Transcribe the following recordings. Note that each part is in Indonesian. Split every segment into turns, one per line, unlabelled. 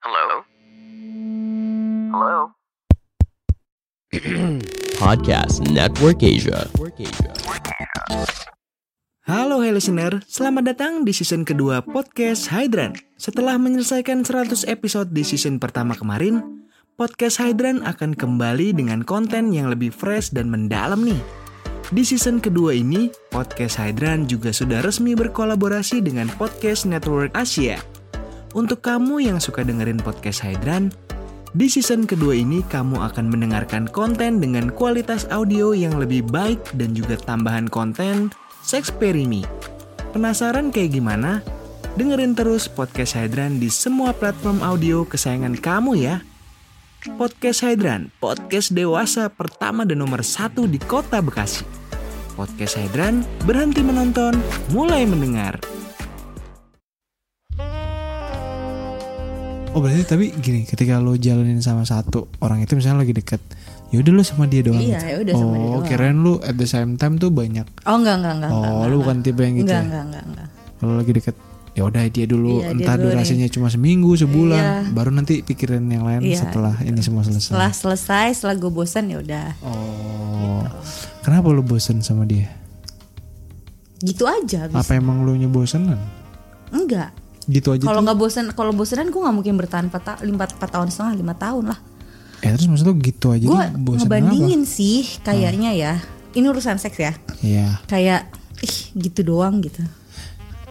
Hello? Hello?
Podcast Network Asia.
Halo hey listener, selamat datang di season kedua podcast Hydran. Setelah menyelesaikan 100 episode di season pertama kemarin, podcast Hydran akan kembali dengan konten yang lebih fresh dan mendalam nih. Di season kedua ini, podcast Hydran juga sudah resmi berkolaborasi dengan podcast Network Asia. Untuk kamu yang suka dengerin podcast Hydran, di season kedua ini kamu akan mendengarkan konten dengan kualitas audio yang lebih baik dan juga tambahan konten Sexperimi. Penasaran kayak gimana? Dengerin terus Podcast Hydran di semua platform audio kesayangan kamu ya. Podcast Hydran, podcast dewasa pertama dan nomor satu di kota Bekasi. Podcast Hydran, berhenti menonton, mulai mendengar.
Oh berarti tapi gini, ketika lo jalanin sama satu orang itu misalnya lagi deket, yaudah lo sama dia doang.
Iya,
gitu?
yaudah sama dia
Oh,
doang.
kirain lo at the same time tuh banyak.
Oh enggak enggak enggak.
Oh,
enggak,
lu bukan tipe yang gitu
Enggak
ya?
enggak enggak. enggak.
Kalau lagi deket, yaudah dia dulu.
Iya, dia
entah
dulu
durasinya
nih.
cuma seminggu, sebulan,
Iya.
baru nanti pikirin yang lain
Iya,
setelah ini semua selesai.
Setelah selesai, setelah gue bosan ya udah.
Oh, kenapa lo bosen sama dia?
Gitu aja habis.
Apa emang lo nya bosenan?
Enggak.
Gitu aja.
Kalau
tuh?
nggak bosan, kalau bosenan gue nggak mungkin bertahan 4, 4 tahun setengah, 5 tahun lah.
Ya terus maksud lo gitu aja?
Gue
tuh bosen
ngebandingin sih kayaknya
Hmm.
ya. Ini urusan seks ya.
Apa? Iya.
Kayak ih gitu doang gitu.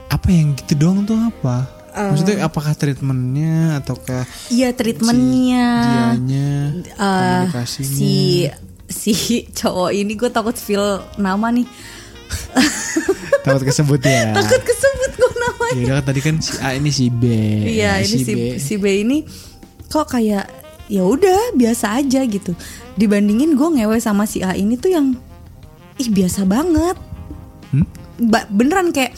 Apa yang gitu doang tuh apa?
Eh.
Maksudnya apakah treatmentnya ataukah
Iya treatmentnya.
dianya
eh,
komunikasinya
si si cowok ini gue takut feel nama nih
takut kesebut ya
takut kesebut gue namanya
ya udah tadi kan si A ini si B
Iya, ini si
B.
si B ini kok kayak ya udah biasa aja gitu. Dibandingin gue ngewe sama si A ini tuh yang ih biasa banget.
Hmm?
Ba- beneran kayak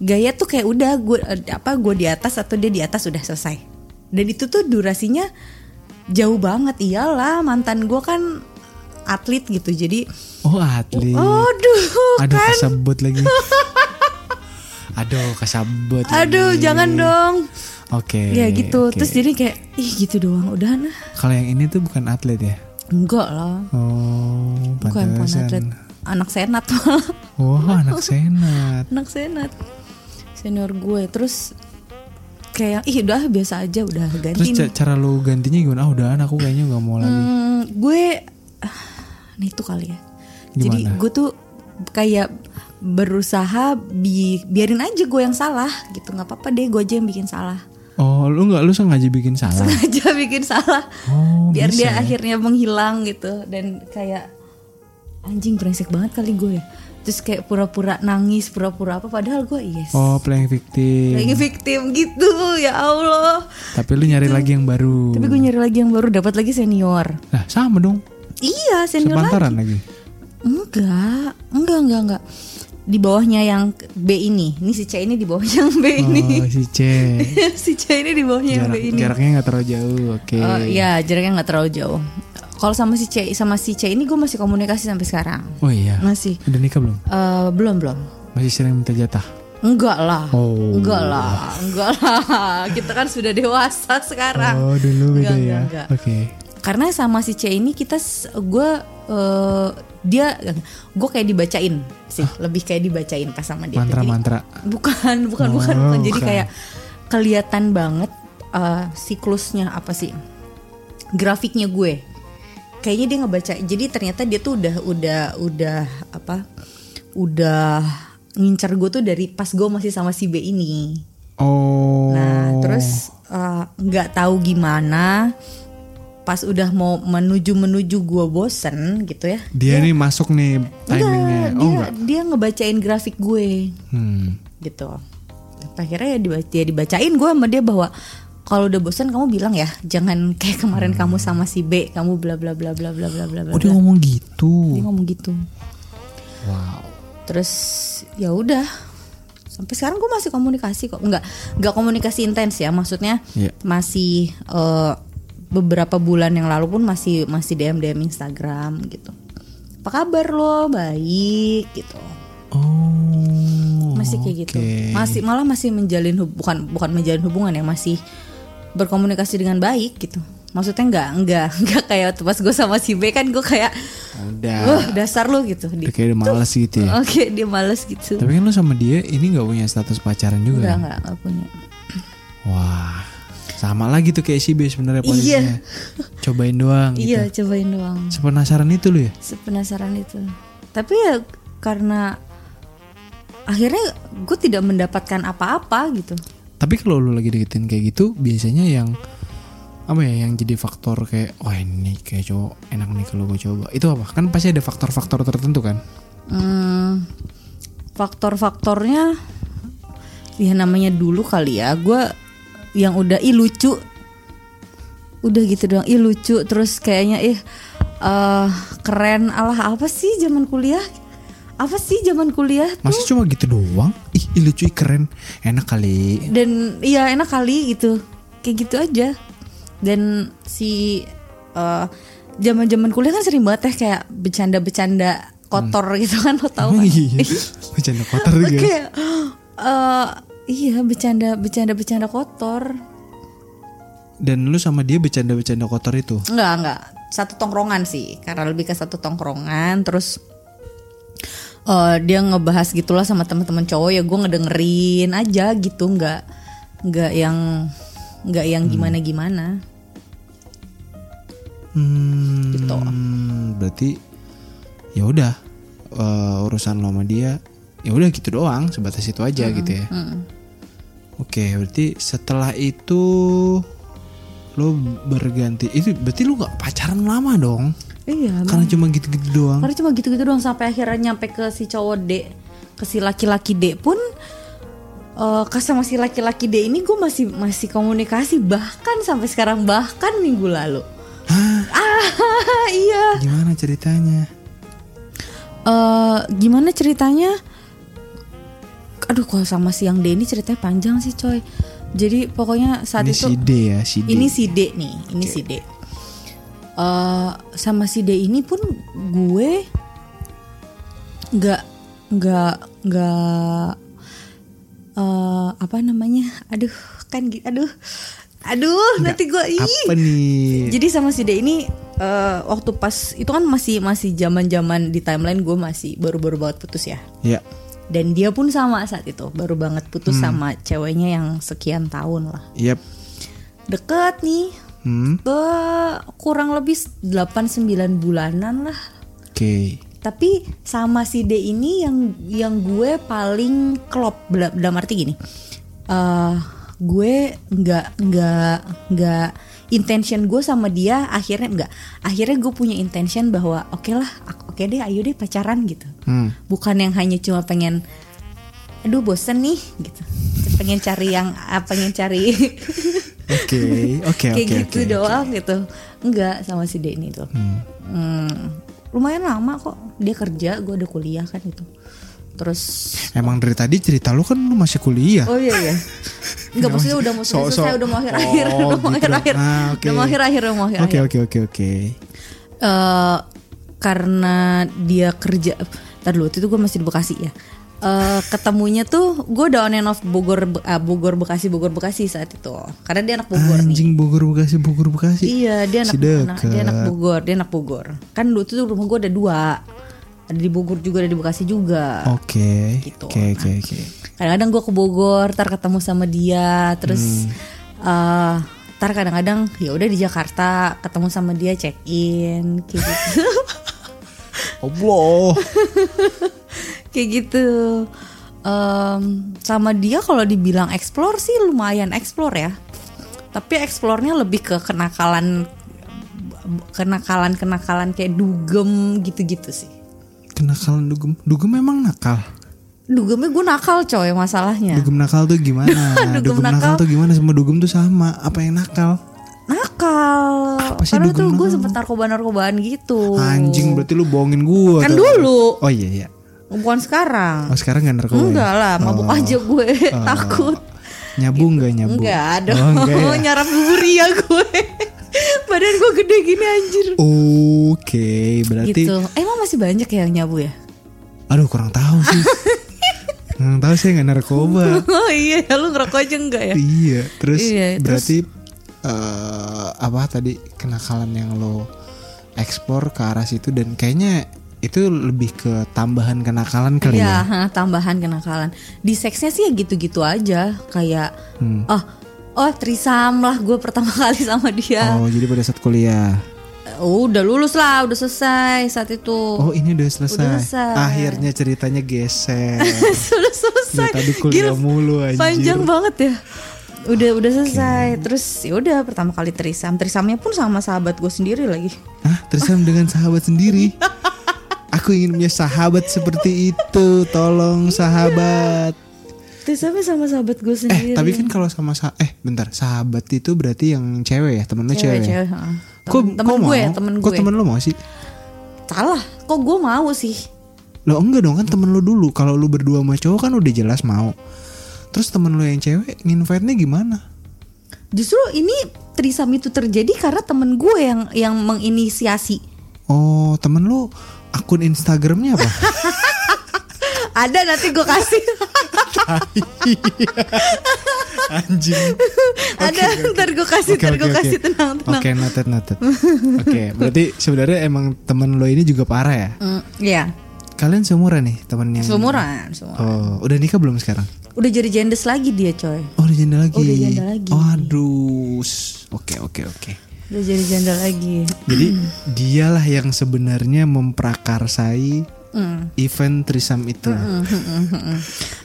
gaya tuh kayak udah gue apa gue di atas atau dia di atas udah selesai. Dan itu tuh durasinya jauh banget iyalah mantan gue kan atlet gitu jadi
oh atlet
aduh
aduh
kan
kesebut lagi aduh kesebut
aduh
lagi.
jangan dong
oke
ya
Iya,
gitu
oke.
terus jadi kayak ih gitu doang udah nah
kalau yang ini tuh bukan atlet ya
enggak lah
oh
Bukan bukan atlet
pantesan
Anak senat malah
wah anak senat
Anak senat Senior gue Terus Kayak Ih udah biasa aja Udah
terus ca-
ganti nih
cara lu gantinya gimana ah udahan aku kayaknya gak mau lagi
Hmm, Gue ah, Nah itu kali ya Jadi
Gimana?
gue tuh Kayak Berusaha bi Biarin aja gue yang salah Gitu nggak apa-apa deh Gue aja yang bikin salah
oh lu nggak lu sengaja bikin salah
Sengaja bikin salah
Oh,
Biar
bisa ya.
dia akhirnya menghilang gitu Dan kayak Anjing brengsek banget kali gue ya Terus kayak pura-pura nangis Pura-pura apa Padahal gue yes
oh playing victim
lagi victim gitu ya Allah
Tapi lu nyari lagi yang baru.
tapi gue nyari lagi yang baru dapat lagi senior
Nah, sama dong.
iya senior lagi
Sepantaran ya? lagi.
enggak enggak enggak enggak di bawahnya yang B ini ini si C ini di bawahnya yang B ini
Oh, si C.
si C ini di bawahnya yang B
Jarak,
ini
jaraknya nggak terlalu jauh. Oke.
Oh, ya jaraknya nggak terlalu jauh kalau sama si C sama si C ini gue masih komunikasi sampai sekarang
Oh iya.
masih
Udah nikah belum?
Eh, belum belum
Masih sering minta jatah.
enggak lah
Oh.
enggak lah enggak lah kita kan sudah dewasa sekarang
Oh, dulu beda ya.
Enggak, enggak, enggak.
Oke.
karena sama si C ini kita gue dia gue kayak dibacain sih lebih kayak dibacain pas sama dia Jadi-
Mantra-mantra.
bukan bukan bukan
Oh,
bukan. jadi
bukan.
kayak kelihatan banget eh, siklusnya apa sih grafiknya gue kayaknya dia ngebaca jadi ternyata dia tuh udah udah udah apa udah ngincer gue tuh dari pas gue masih sama si B ini
Oh.
Nah, terus eh, nggak tahu gimana pas udah mau menuju menuju gua bosen gitu ya.
dia nih masuk nih timingnya.
Enggak,
oh
dia
enggak.
dia ngebacain grafik gue
Hmm.
gitu. akhirnya ya diba- dia dibacain gue sama dia bahwa kalau udah bosan kamu bilang ya jangan kayak kemarin kamu sama si B kamu bla bla bla bla bla bla bla
Hmm.
bla
Oh dia
bla."
ngomong
Dia
gitu.
ngomong gitu
Wow.
terus ya udah sampai sekarang gue masih komunikasi kok nggak nggak komunikasi intens ya maksudnya
Iya.
masih eh, beberapa bulan yang lalu pun masih masih dm dm Instagram gitu apa kabar lo baik gitu
Oh.
masih kayak gitu
oke.
masih malah masih menjalin hub- bukan bukan menjalin hubungan ya masih berkomunikasi dengan baik gitu maksudnya nggak nggak nggak kayak waktu pas gue sama si B kan gue kayak
Udah.
"Wah, dasar lo gitu Di-
Udah kayak udah males gitu ya.
oke dia males gitu
Tapi kan lu sama dia ini nggak punya status pacaran juga.
nggak
kan?
nggak nggak punya
Wah. Sama lagi tuh kayak si B sebenarnya
Iya.
posisinya. Cobain doang
Iya
gitu.
cobain doang
Sepenasaran itu lu ya?
Sepenasaran itu Tapi ya karena Akhirnya gue tidak mendapatkan apa-apa gitu
Tapi kalau lu lagi deketin kayak gitu biasanya yang apa ya yang jadi faktor kayak wah ini kayak cowok enak nih kalau gue coba itu apa kan pasti ada faktor-faktor tertentu kan
Hmm, Faktor-faktornya Ya namanya dulu kali ya Gue yang udah Ih lucu Udah gitu doang Ih lucu Terus kayaknya ih eh, Keren Alah apa sih zaman kuliah Apa sih zaman kuliah
masa cuma gitu doang ih ih, lucu ih, keren enak kali
dan iya enak kali gitu kayak gitu aja dan si eh, zaman-zaman kuliah kan sering banget ya kayak bercanda-bercanda kotor gitu kan lo tau kan
iya bercanda kotor gitu. juga
kayak eh, iya bercanda bercanda bercanda kotor
dan lu sama dia bercanda-bercanda kotor itu
Enggak, enggak. Satu tongkrongan sih, karena lebih ke satu tongkrongan terus eh, dia ngebahas gitulah sama teman-teman cowok ya gue ngedengerin aja gitu, enggak enggak yang enggak yang gimana-gimana.
hmm,
Gitu.
berarti ya udah eh, urusan lo sama dia ya udah gitu doang sebatas itu aja gitu ya oke berarti setelah itu lo berganti itu berarti lu nggak pacaran lama dong
Iya.
karena cuma gitu-gitu doang
Karena cuma gitu-gitu doang sampai akhirnya nyampe ke si cowok D, ke si laki-laki D pun eh ke sama si laki-laki D ini gue masih masih komunikasi bahkan sampai sekarang bahkan minggu lalu. Ah, iya.
gimana ceritanya
eh gimana ceritanya? Aduh, kalau sama si yang D ini ceritanya panjang sih, coy. Jadi pokoknya saat
ini
itu
si D ya si D
ini si D nih, ini si D. Eh, sama si D ini pun gue nggak nggak nggak eh apa namanya? Aduh, kan gitu. Aduh. Aduh, nanti gue ih.
apa nih
Jadi sama si D ini eh, waktu pas itu kan masih masih zaman-zaman di timeline gue masih baru-baru banget putus ya.
ya
Dan dia pun sama saat itu baru banget putus sama ceweknya yang sekian tahun lah.
yep
Deket nih.
hmm
Be- kurang lebih 8-9 bulanan lah.
oke
Tapi sama si D ini yang yang gue paling klop Bela- dalam arti gini. eh gue nggak nggak nggak intention gue sama dia akhirnya nggak akhirnya gue punya intention bahwa oke lah ak- oke deh ayo deh pacaran gitu
hmm
bukan yang hanya cuma pengen aduh bosen nih gitu pengen cari yang ah, pengen cari
Oke, oke,
kayak
oke,
gitu
oke.
doang gitu enggak sama si Denny tuh Hmm, lumayan lama kok dia kerja gue udah kuliah kan itu terus
Emang dari tadi cerita lu kan lu masih kuliah.
oh iya iya Enggak maksudnya udah mau
So- so-
selesai udah mau akhir akhir
Oh,
udah mau
gitu.
akhir akhir
Ah, oke.
udah mau akhir akhir udah mau akhir
Oke, oke, oke, oke.
eh karena dia kerja Ntar dulu waktu itu gue masih di Bekasi ya Eh ketemunya tuh gue udah on and off Bogor Be- ah, Bogor Bekasi Bogor Bekasi saat itu karena dia anak
Ah,
Bogor nih
Anjing Bogor Bekasi, Bogor Bekasi.
iya dia
Si
anak, anak- dia anak
deket.
Bogor dia anak Bogor kan dulu tuh rumah gue ada dua ada di Bogor juga ada di Bekasi juga
Oke,
Gitu.
oke, oke, oke.
kadang-kadang gue ke Bogor ntar ketemu sama dia terus
Hmm.
eh ntar kadang-kadang ya udah di Jakarta ketemu sama dia check in kayak gitu
Allah.
kayak gitu Em, sama dia kalau dibilang explore sih lumayan explore ya tapi explore-nya lebih ke kenakalan kenakalan kenakalan kayak dugem gitu-gitu sih
Kenakalan dugem. Dugem memang nakal.
dugemnya gue nakal coy masalahnya
Dugem nakal tuh gimana?
Ya. Dugem
dugem, nakal.
nakal.
tuh gimana? Semua dugem tuh sama. Apa yang nakal?
nakal
Apa sih
karena
dugem
tuh gue
nakal?
sempet narkoba narkobaan gitu
Anjing berarti lu bohongin gua.
Kan
tuh.
dulu.
Oh iya iya.
bukan sekarang
Oh sekarang gak narkoba. ya?
enggak lah mabuk
Oh.
aja gue
Oh.
takut
Nyabung gak nyabung?
enggak ada
Oh, enggak ya?
nyarap bubur ya gue badan gue gede gini anjir
Oke, berarti
gitu emang masih banyak ya yang nyabu ya
aduh kurang tahu sih. kurang tahu saya nggak narkoba.
oh iya lu ngerokok aja enggak ya
Eh. iya, terus
Iya, terus-
berarti eh, apa tadi kenakalan yang lo ekspor ke arah situ dan kayaknya itu lebih ke tambahan kenakalan kali
Iya,
ya.
hah, tambahan kenakalan. Di seksnya sih ya gitu-gitu aja, kayak
Hmm.
oh oh trisam lah gue pertama kali sama dia.
Oh, jadi pada saat kuliah.
Oh, udah lulus lah, udah selesai saat itu.
Oh, ini udah selesai.
Udah selesai.
Akhirnya ceritanya geser.
sudah selesai.
Dari Iya, tadi kuliah mulu, anjir.
Panjang banget ya. Udah udah selesai. Terus ya udah pertama kali trisam. Trisamnya pun sama sahabat gue sendiri lagi.
Hah, tersam dengan sahabat sendiri. Aku ingin punya sahabat seperti itu. Tolong
Iya.
sahabat.
Trisamnya sama sahabat gue
Eh,
sendiri.
tapi kan kalau sama sa eh bentar, sahabat itu berarti yang cewek ya, temen lu cewek.
cewek,
ya?
cewek, heeh.
Kok
Temen- temen
kok
gue,
mau?
temen
Kok
gue.
temen lu mau sih?
Salah, kok gue mau sih?
Lo enggak dong kan temen lu dulu. Kalau lu berdua sama cowok kan udah jelas mau. Terus temen lu yang cewek nginvite-nya gimana?
Justru ini trisam itu terjadi karena temen gue yang yang menginisiasi.
Oh, temen lu akun Instagramnya apa?
Ada nanti gue kasih.
Anjing.
Ada ntar gue kasih,
Oke,
ntar
oke,
gue
oke.
kasih tenang tenang.
Oke, noted noted. Oke, berarti sebenarnya emang temen lo ini juga parah ya?
Mm, Iya,
Kalian seumuran nih temen yang
seumuran, seumuran.
Oh, udah nikah belum sekarang?
Udah jadi jendes lagi dia coy.
Oh, udah janda lagi.
Udah janda lagi.
Waduh. S- Oke, oke, oke.
Udah jadi janda lagi.
Jadi dialah yang sebenarnya memprakarsai
Hmm.
event trisam itu.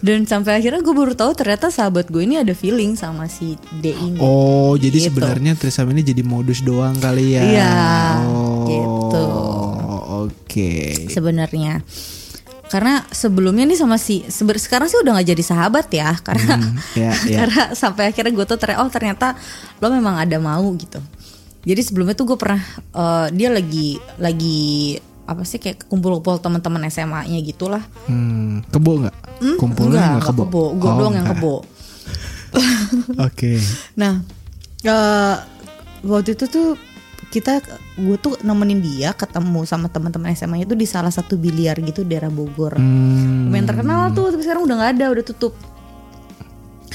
Dan sampai akhirnya gue baru tahu ternyata sahabat gue ini ada feeling sama si D ini.
Oh, jadi
Gitu.
sebenarnya trisam ini jadi modus doang kali ya.
Iya,
Oh,
gitu.
Oke.
sebenarnya karena sebelumnya nih sama si seber- sekarang sih udah nggak jadi sahabat ya karena
ya, ya.
karena sampai akhirnya gue tuh ter oh ternyata lo memang ada mau gitu jadi sebelumnya tuh gue pernah eh, dia lagi lagi apa sih kayak kumpul-kumpul teman-teman SMA-nya gitulah
Hmm, kebo nggak? Kumpulnya nggak
Enggak, enggak
kebo.
kebo gue
Oh,
doang yang
nggak.
kebo
Oke.
nah eh, waktu itu tuh kita gue tuh nemenin dia ketemu sama teman-teman SMA-nya tuh di salah satu biliar gitu daerah Bogor
Hmm,
Lumayan terkenal tuh tapi sekarang udah nggak ada udah tutup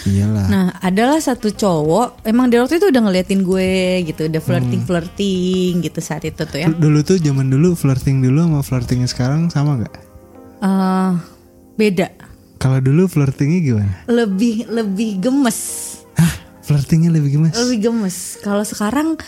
iyalah.
nah adalah satu cowok emang dia waktu itu udah ngeliatin gue gitu udah flirting flirting gitu saat itu tuh ya
Dulu tuh zaman dulu flirting dulu sama flirting yang sekarang sama nggak?
Eh, beda
Kalau dulu flirtingnya gimana?
lebih lebih gemes
Hah, flirtingnya lebih gemes.
lebih gemes kalau sekarang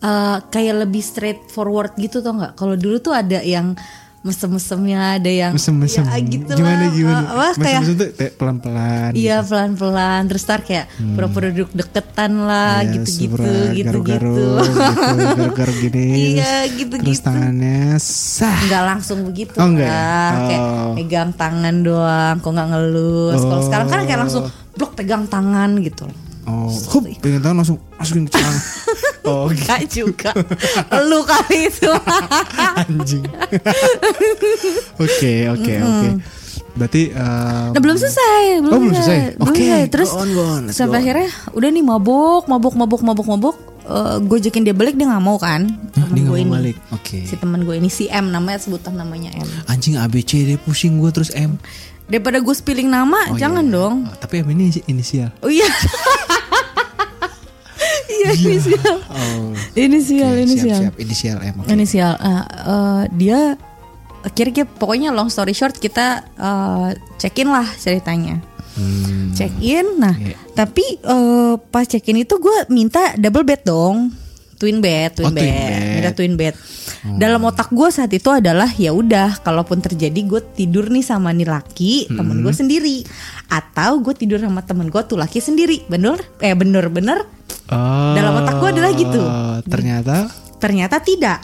eh, kayak lebih straightforward gitu tau nggak kalau dulu tuh ada yang mesem-mesemnya ada yang
Mesem-mesem.
ya, gitu lah.
gimana gimana?
Eh, wah, kayak
Mesem-mesem tuh kayak pelan-pelan.
Iya pelan-pelan terus ntar kayak pura-pura duduk deketan lah
Iya,
gitu-gitu
supra,
gitu-gitu.
Garu-garu, gitu, garu-garu gini.
Iya,
terus-
gitu-gitu.
Terus tangannya sah.
Enggak langsung begitu
Oh, enggak ya?
lah. Kayak
Oh.
pegang tangan doang kok nggak ngelus. Kalau
Oh.
sekarang kan kayak langsung blok pegang tangan gitu loh.
Oh, hup, pengen tangan langsung masukin ke celana. oh, gitu,
Enggak juga. Lu kali itu.
anjing. Oke, oke, oke. Berarti eh,
Nah, belum selesai,
Oh,
belum,
belum selesai. Oke,
Terus
go on, go on, let's go on.
sampai akhirnya udah nih mabok, mabok, mabok, mabok, mabok. Eh, gue jekin dia balik dia nggak mau kan
Hah, dia nggak
Temen gue
mau
ini.
balik. Oke.
si teman gue ini si M namanya sebutan namanya M
Anjing ABC deh pusing gue terus M.
daripada gue spilling nama
Oh,
jangan
iya.
dong
Oh, tapi M ini inisial.
oh iya iya inisial
Oh.
inisial
Oke,
Iya, inisial
Siap, siap, inisial M. oke.
inisial Ah, eh, dia akhirnya pokoknya long story short kita check in lah ceritanya
Hmm.
check in nah
Iya.
tapi eh, pas check in itu gue minta double bed dong twin bed
Oh,
twin bed
twin bed. Oh.
minta twin bed dalam otak gue saat itu adalah ya udah kalaupun terjadi gue tidur nih sama nih laki
Hmm.
temen gue sendiri atau gue tidur sama temen gue tuh laki sendiri bener eh bener bener
Oh,
Dalam otak gua adalah gitu.
Ternyata
ternyata tidak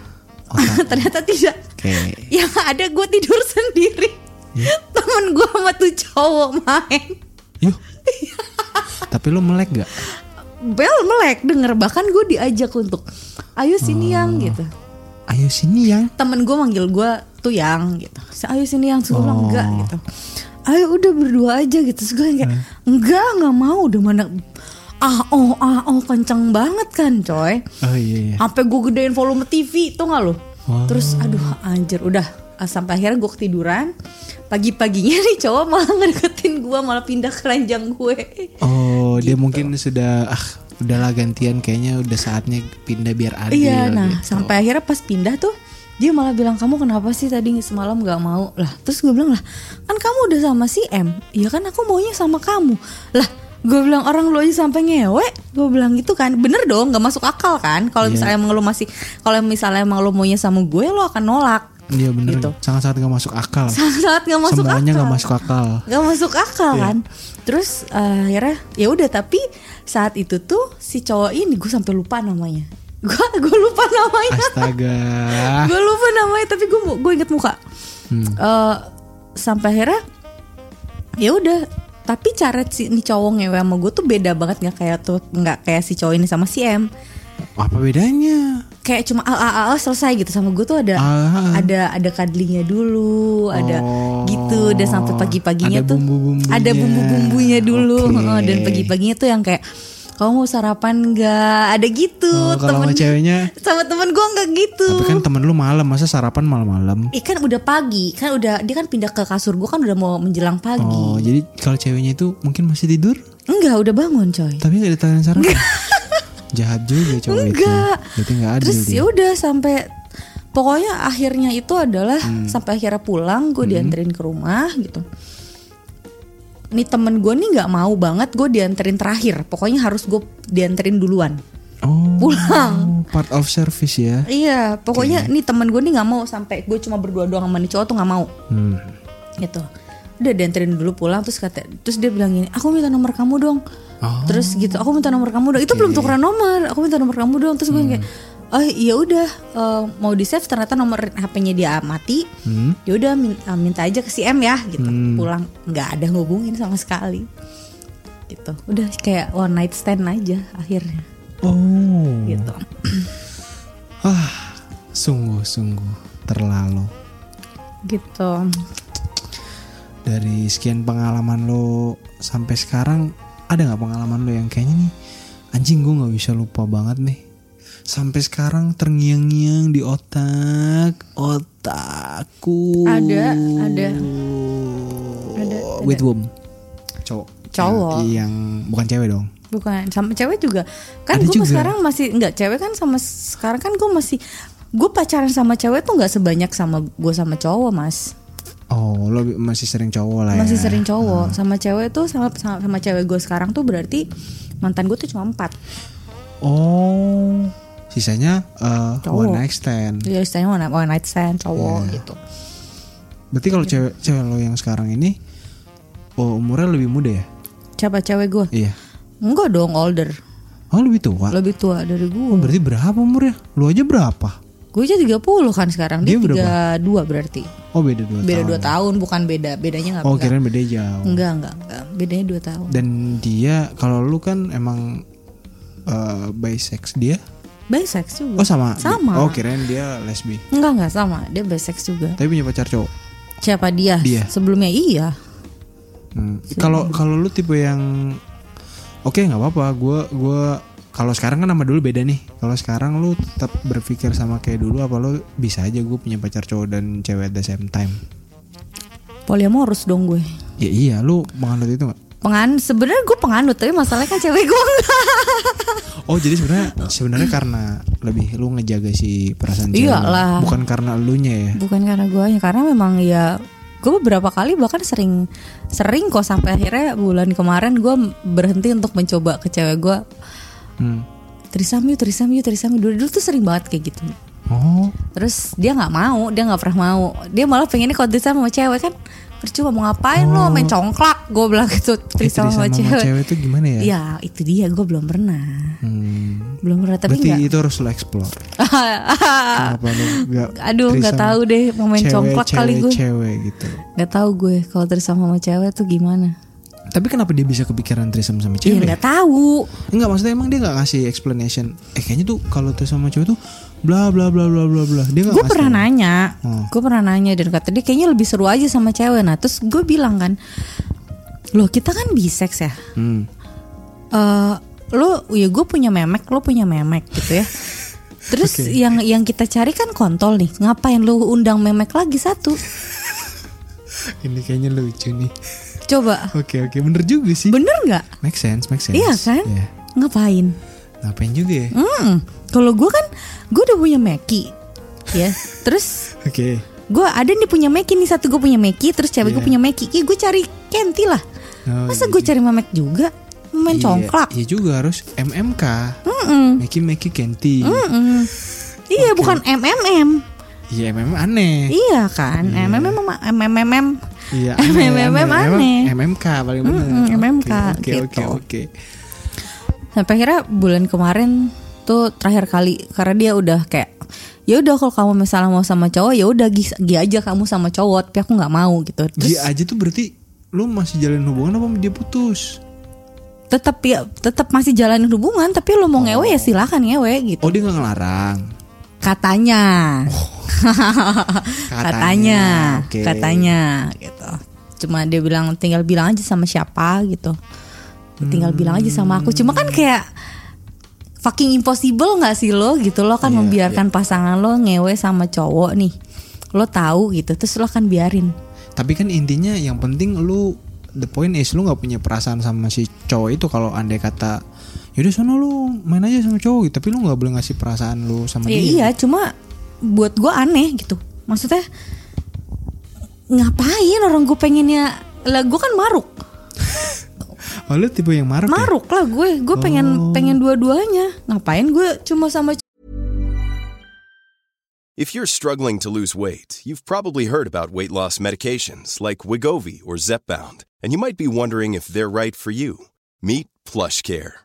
Ya, ternyata tidak
Oke.
yang ada gue tidur sendiri Temen gue sama tuh cowok main.
Yuh. Tapi lu melek gak?
Bel melek denger bahkan gue diajak untuk ayo sini yang gitu.
Ayo sini ya. yang.
Temen gue manggil gue tuh yang gitu. Terus, Ayo sini yang gue bilang enggak gitu. Ayo udah berdua aja gitu. Terus gue yang kayak enggak enggak mau udah mana ah oh ah oh kenceng banget kan coy.
Oh iya iya.
Sampai gue gedein volume TV tuh nggak lo? Terus aduh anjir udah Ah, sampai akhirnya gue ketiduran. Pagi-paginya nih cowok malah ngedeketin gue malah pindah keranjang gue.
Oh dia mungkin sudah ah udahlah gantian kayaknya udah saatnya pindah biar adil.
Iya, nah
gitu.
sampai akhirnya pas pindah tuh dia malah bilang kamu kenapa sih tadi semalam nggak mau lah terus gue bilang lah kan kamu udah sama si M ya kan aku maunya sama kamu lah gue bilang orang lu aja sampai ngewe gue bilang gitu kan bener dong nggak masuk akal kan kalau misalnya emang lu masih kalau misalnya emang lu maunya sama gue lo akan nolak
Iya bener.
gitu.
Sangat-sangat gak masuk akal.
sangat nggak masuk
Semuanya
akal
gak masuk akal. Iya.
nggak masuk akal kan terus eh, akhirnya ya udah tapi saat itu tuh si cowok ini gue sampai lupa namanya gue gue lupa namanya
Astaga.
gue lupa namanya tapi gue mu- gue inget muka
Hmm.
Eh, sampai akhirnya ya udah tapi cara si ini cowok ngewe sama gue tuh beda banget nggak kayak tuh nggak kayak si cowok ini sama si M
Apa bedanya?
kayak cuma ah, ah, ah, ah, selesai gitu sama gue tuh ada
Ah.
ada ada kadlingnya dulu ada
Oh.
gitu udah sampai pagi-paginya
Ada
tuh
bumbu-bumbunya.
ada bumbu-bumbunya dulu
Oke.
Heeh, dan pagi-paginya tuh yang kayak kamu mau sarapan nggak ada gitu
Oh, kalau sama
temen
ceweknya.
sama temen gue nggak gitu
Tapi kan temen lu malam masa sarapan malam-malam.
Eh kan udah pagi, kan udah dia kan pindah ke kasur gue kan udah mau menjelang pagi.
Oh jadi kalau ceweknya itu mungkin masih tidur
Enggak, udah bangun coy.
tapi nggak ditahan sarapan. Jahat juga cowok itu.
Enggak.
Gitu, Berarti nggak adil
Terus
dia.
ya udah sampai pokoknya akhirnya itu adalah
Hmm.
sampai akhirnya pulang gue dianterin ke rumah gitu. Nih temen gue nih nggak mau banget gue dianterin terakhir. Pokoknya harus gue dianterin duluan.
Oh,
Pulang.
Part of service ya.
Iya, pokoknya nih temen gue nih nggak mau sampai gue cuma berdua doang sama nih cowok tuh nggak mau.
Hmm.
gitu udah dianterin dulu pulang terus kata terus dia bilang gini aku minta nomor kamu dong
Oh.
terus gitu aku minta nomor kamu dong itu belum tukeran nomor aku minta nomor kamu dong terus gue
Hmm.
kayak oh ya udah eh, mau di save ternyata nomor HP-nya dia mati
Hmm.
ya udah min- eh, minta aja ke si M ya gitu pulang nggak ada ngubungin sama sekali gitu udah kayak one night stand aja akhirnya
Oh.
gitu
Ah, sungguh-sungguh terlalu.
gitu
Dari sekian pengalaman lo sampai sekarang, ada nggak pengalaman lo yang kayaknya nih anjing gue nggak bisa lupa banget nih. Sampai sekarang terngiang-ngiang di otak otakku.
Ada, ada.
Hmm.
Ada,
With whom? Cowok.
Cowok.
Yang, yang bukan cewek dong.
Bukan sama cewek juga. Kan
Ada
gue
juga.
sekarang masih nggak cewek kan sama sekarang kan gue masih gue pacaran sama cewek tuh nggak sebanyak sama gue sama cowok mas.
Oh, lo masih sering cowok lah ya.
Masih sering cowok sama cewek tuh sama sama, sama cewek gue sekarang tuh berarti mantan gue tuh cuma empat.
Oh, sisanya eh,
Cowok.
one night stand.
Ya istilahnya one, one night stand cowok
Iya.
gitu.
Berarti kalau
Iya.
cewek cewek lo yang sekarang ini oh, umurnya lebih muda ya?
Siapa cewek gue?
Iya.
Enggak dong older,
Oh, lebih tua.
lebih tua dari
Oh,
gue.
berarti berapa umurnya? Lu aja berapa?
Gue aja 30 kan sekarang dia,
Dia berapa?
32 berarti.
Oh, beda dua
Beda
tahun.
dua tahun bukan beda bedanya nggak
Oh,
enggak.
kirain beda jauh.
enggak enggak enggak bedanya dua tahun.
Dan dia kalau lu kan emang eh, bisex dia?
Bisex juga.
Oh, sama.
Sama.
Oh, kirain dia lesbi.
Enggak enggak sama, dia bisex juga.
Tapi punya pacar cowok.
Siapa dia?
Dia.
Sebelumnya iya.
Hmm. Kalau kalau lu tipe yang oke nggak apa-apa. Gua gua kalau sekarang kan sama dulu beda nih. Kalau sekarang lu tetap berpikir sama kayak dulu apa lu bisa aja gue punya pacar cowok dan cewek at the same time.
Poliamorus dong gue.
Ya iya, lu menganut itu gak?
Pengan sebenarnya gue penganut tapi masalahnya kan cewek gue enggak.
Oh jadi sebenarnya sebenarnya karena lebih lu ngejaga si perasaan cewek lu.
Iyalah.
bukan karena elunya ya.
Bukan karena gue karena memang ya gue beberapa kali bahkan sering sering kok sampai akhirnya bulan kemarin gue berhenti untuk mencoba ke cewek gue
Hmm.
trisam yuk trisam yuk trisam yuk." dulu dulu tuh sering banget kayak gitu
Oh,
terus dia nggak mau dia nggak pernah mau dia malah pengennya kalau trisam sama cewek kan percuma mau ngapain
Oh.
lo main congklak gue bilang
eh,
gitu trisam sama,
threesome
cewek Iya.
cewek itu gimana ya?
Ya itu dia gue belum pernah
Hmm.
belum pernah tapi
Berarti
nggak Ah.
itu harus lo explore. Kenapa lo nggak?
aduh nggak
threesome
tahu deh mau main
cewek,
congklak kali
cewek,
gue
Cewek gitu.
nggak tahu gue kalau tersama sama cewek tuh gimana
Tapi kenapa dia bisa kepikiran threesome sama
Iya
cewek?
nggak tahu
Enggak maksudnya emang dia nggak ngasih explanation. Eh kayaknya tuh kalau terus sama cewek tuh bla bla bla bla bla bla. Dia nggak
gue
ngasih
pernah
tahu.
nanya
Hmm.
gue pernah nanya dan kata dia kayaknya lebih seru aja sama cewek nah terus gue bilang kan loh kita kan biseks ya
Hmm.
Eh, lo ya gue punya memek lo punya memek gitu ya terus yang yang kita cari kan kontol nih ngapain lo undang memek lagi satu
Ini kayaknya lucu nih.
coba
Oke oke bener juga sih.
bener nggak
Make sense, make sense.
iya kan Hmm?
Iya.
ngapain
Ngapain juga ya?
Mm-mm. kalau gue kan gue udah punya meki ya terus
Oke.
gue ada nih punya meki nih satu gue punya meki terus cewek gue
Iya.
punya meki ya gue cari kenti lah
Oh, iya
masa gue
juga.
cari memek juga main
Iya,
Kan congklak
Iya juga harus MMK. Meki Meki Kenti.
Mm-mm. iya bukan mmm
Iya MMM aneh.
iya kan mmm mema- mmm
Iya
MMM aneh.
Emang MMK paling bener.
Mm-mm,
Oke,
MMK,
Oke oke
gitu.
oke.
sampai akhirnya bulan kemarin tuh terakhir kali karena dia udah kayak ya udah kalau kamu misalnya mau sama cowok ya udah gi, gi aja kamu sama cowok tapi aku nggak mau gitu
Dia
terus
aja tuh berarti lu masih jalin hubungan apa dia putus?
tetap ya tetap masih jalanin hubungan tapi lo mau ngewe ya silakan ngewe gitu
Oh dia nggak ngelarang.
katanya
Katanya,
katanya
oke.
katanya gitu cuma dia bilang tinggal bilang aja sama siapa gitu tinggal bilang aja sama aku cuma kan kayak fucking impossible nggak sih lo gitu lo kan membiarkan pasangan lo ngewe sama cowok nih lo tahu gitu terus lo kan biarin
Tapi kan intinya yang penting lu the point is lu nggak punya perasaan sama si cowok itu kalau andai kata yaudah sono lu main aja sama cowok gitu tapi lu nggak boleh ngasih perasaan lu sama
Ya,
dia.
iya cuma buat gue aneh gitu maksudnya ngapain orang gue pengennya lah gue kan maruk
Oh lu tipe yang maruk. ya?
maruk lah gue gue pengen pengen dua-duanya ngapain gue cuma sama
If you're struggling to lose weight, you've probably heard about weight loss medications like Wigovi or Zepbound, and you might be wondering if they're right for you. Meet PlushCare,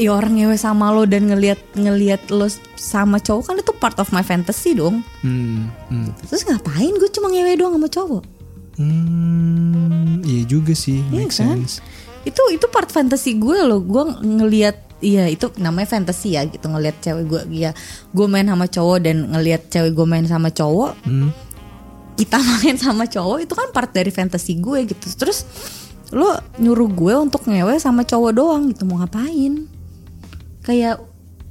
ya orang ngewe sama lo dan ngelihat ngelihat lo sama cowok kan itu part of my fantasy dong
Hmm, hmm.
terus ngapain gue cuma ngewe doang sama cowok
Hmm, iya juga sih, make
Iya kan?
sense.
itu itu part fantasy gue loh gue ngelihat Iya itu namanya fantasy ya gitu ngelihat cewek gue ya gue main sama cowok dan ngelihat cewek gue main sama cowok
Hmm.
kita main sama cowok itu kan part dari fantasy gue gitu terus lo nyuruh gue untuk ngewe sama cowok doang gitu mau ngapain kayak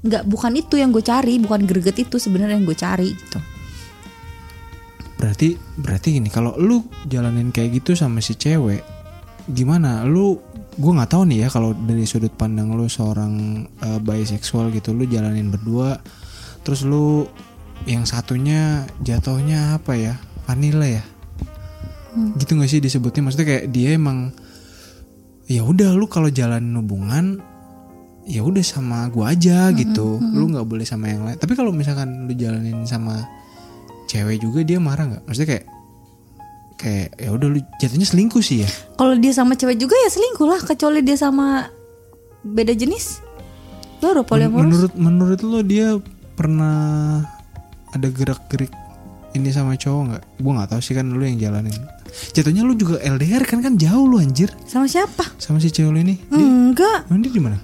nggak bukan itu yang gue cari bukan greget itu sebenarnya yang gue cari gitu
Berarti berarti gini, kalau lu jalanin kayak gitu sama si cewek, gimana? Lu gue nggak tahu nih ya kalau dari sudut pandang lu seorang eh, bisexual gitu, lu jalanin berdua terus lu yang satunya jatuhnya apa ya? Vanilla ya? Gitu gak sih disebutnya? Maksudnya kayak dia emang ya udah lu kalau jalanin hubungan ya udah sama gua aja gitu. Lu nggak boleh sama yang lain. Tapi kalau misalkan lu jalanin sama cewek juga dia marah nggak? Maksudnya kayak kayak ya udah lu jatuhnya selingkuh sih ya.
kalau dia sama cewek juga ya selingkuh lah kecuali dia sama beda jenis
Men-
baru polyamorous
menurut menurut lo dia pernah ada gerak-gerik ini sama cowok nggak? Gue nggak tahu sih kan lu yang jalanin. Jatuhnya lu juga LDR kan kan jauh lu anjir
sama siapa
sama si cewek lu ini.
Hmm.
Dia,
enggak
emang dia di mana?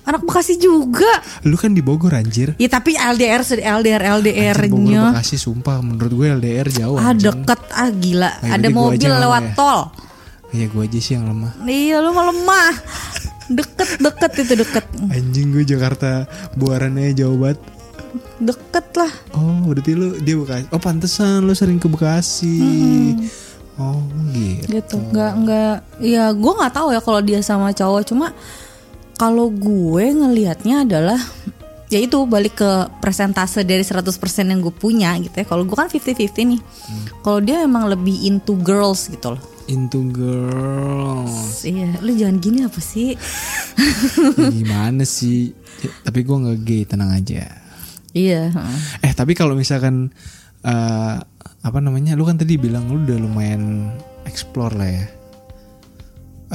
anak bekasi juga
Lu kan di Bogor anjir.
ya tapi LDR LDR
Anjir, Bogor
LDR-nya
Bekasi sumpah menurut gue LDR jauh.
ah
anjing.
deket ah gila
Ayo,
ada
jadi gua
mobil
aja lama
lewat
ya.
tol
Iya gue aja sih yang lemah.
Iya lu mah lemah Deket deket itu deket
Anjing gue Jakarta buarannya jauh banget.
deket lah
Oh berarti lu dia Bekasi. Oh pantesan lu sering ke Bekasi. Oh gitu.
gitu nggak nggak ya gue nggak tahu ya kalau dia sama cowok cuma kalau gue ngelihatnya adalah ya itu balik ke presentase dari 100% yang gue punya gitu ya kalau gue kan 50-50
Hmm.
nih kalau dia emang lebih into girls gitu loh
Into girl.
iya lu jangan gini apa sih
Ya, Gimana sih? Ya, Tapi gua nggak gay tenang aja.
iya heeh.
Eh tapi kalau misalkan eh apa namanya? Lu kan tadi bilang lu udah lumayan explore lah ya.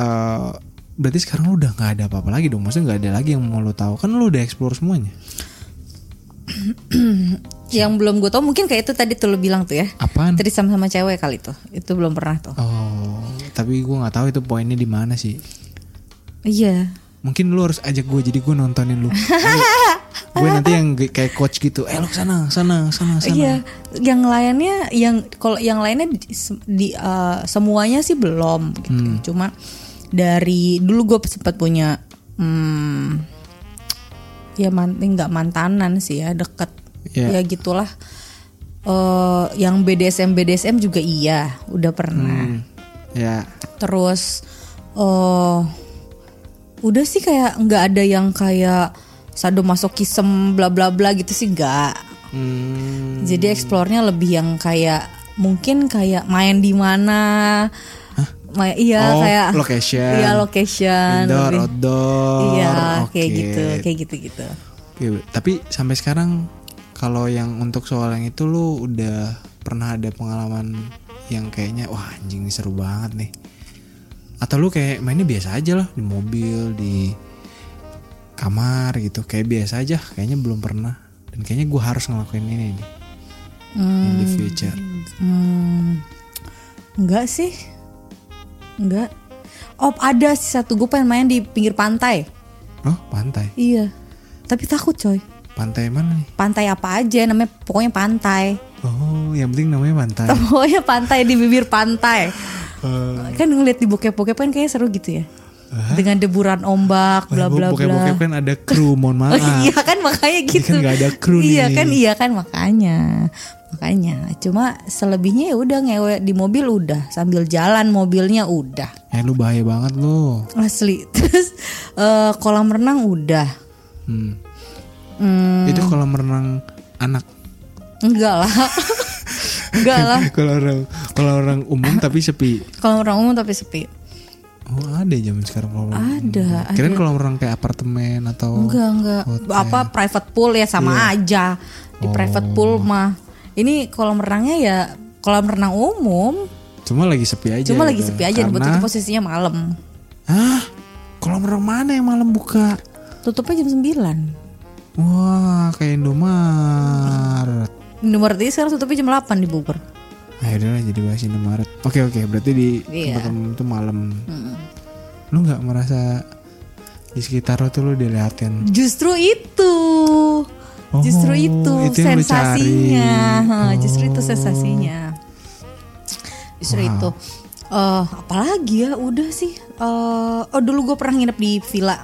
Eh berarti sekarang lu udah nggak ada apa-apa lagi dong. Maksudnya nggak ada lagi yang mau lu tahu. Kan lu udah explore semuanya.
yang belum gue tau mungkin kayak itu tadi tuh lu bilang tuh ya
Apaan?
tadi sama-sama cewek kali tuh itu belum pernah tuh
Oh, tapi gua nggak tahu itu poinnya di mana sih.
iya
Mungkin lu harus ajak gue jadi gue nontonin lu. gue nanti yang ge- kayak coach gitu. Eh lu sana, sana, sana, sana.
Iya, yang lainnya yang kalau yang lainnya di, di, eh, semuanya sih belum gitu.
Hmm.
Cuma dari dulu gue sempat punya hmm, ya man nggak mantanan sih ya deket
Iya.
ya gitulah. eh yang BDSM BDSM juga iya, udah pernah.
Ya.
Terus eh udah sih kayak nggak ada yang kayak sadomasochism bla bla bla gitu sih nggak.
Hmm,
Jadi eksplornya lebih yang kayak mungkin kayak main di mana. Ma- iya
Oh,
kayak
location.
Iya, location.
Indoor, outdoor.
Iya, kayak
Oke.
gitu, kayak gitu-gitu.
oke. tapi sampai sekarang kalau yang untuk soal yang itu lu udah pernah ada pengalaman yang kayaknya wah anjing ini seru banget nih. Atau lu kayak mainnya biasa aja lah di mobil, di kamar gitu. Kayak biasa aja, kayaknya belum pernah. Dan kayaknya gue harus ngelakuin ini nih. in the future.
Hmm, enggak sih. Enggak. Oh, ada sih satu gue pengen main di pinggir pantai.
Oh, pantai.
Iya. Tapi takut, coy.
Pantai mana nih?
Pantai apa aja namanya pokoknya pantai.
Oh, yang penting namanya pantai.
Pokoknya pantai di bibir pantai.
Eh.
kan ngeliat di bokep-bokep kan kayaknya seru gitu ya. Dengan deburan ombak, bla bla bla.
Bokep-bokep kan ada kru, mohon
Oh,
maaf.
iya kan makanya gitu.
kan nggak ada kru nih.
Iya kan iya kan makanya. Makanya cuma selebihnya ya udah ngewe di mobil udah sambil jalan mobilnya udah.
Eh, lu bahaya banget lu.
Asli. Terus eh, kolam renang udah.
Hmm.
Hmm,
Itu kolam renang anak.
enggak lah. enggak lah.
kalau orang kalau orang umum tapi sepi.
Kolam renang umum tapi sepi.
Oh, ada zaman sekarang kolam renang.
Ada,
umum. Kirain kolam renang kayak apartemen atau
Enggak, enggak.
hotel.
Apa private pool ya sama
Iya.
aja. Di private
Oh.
pool mah. Ini kolam renangnya ya kolam renang umum,
Cuma lagi sepi aja.
cuma lagi
gitu.
sepi aja buat
Karena,
itu posisinya malam.
Hah? Kolam renang mana yang malam buka?
Tutupnya jam 9.
Wah, kayak Indomaret.
Nomor tiga sekarang tutupnya jam 8 di Bogor.
Ah, yaudah lah jadi bahas Indomaret. Oke, oke, berarti di
Iya. Hmm.
tempat umum itu malam. Lu nggak merasa di sekitar lu tuh lu diliatin?
Justru itu.
Oh,
justru itu,
itu yang lu
sensasinya.
cari. Oh.
Ha, Justru itu sensasinya. Justru itu. Eh, apalagi ya udah sih. Eh, oh dulu gue pernah nginep di villa.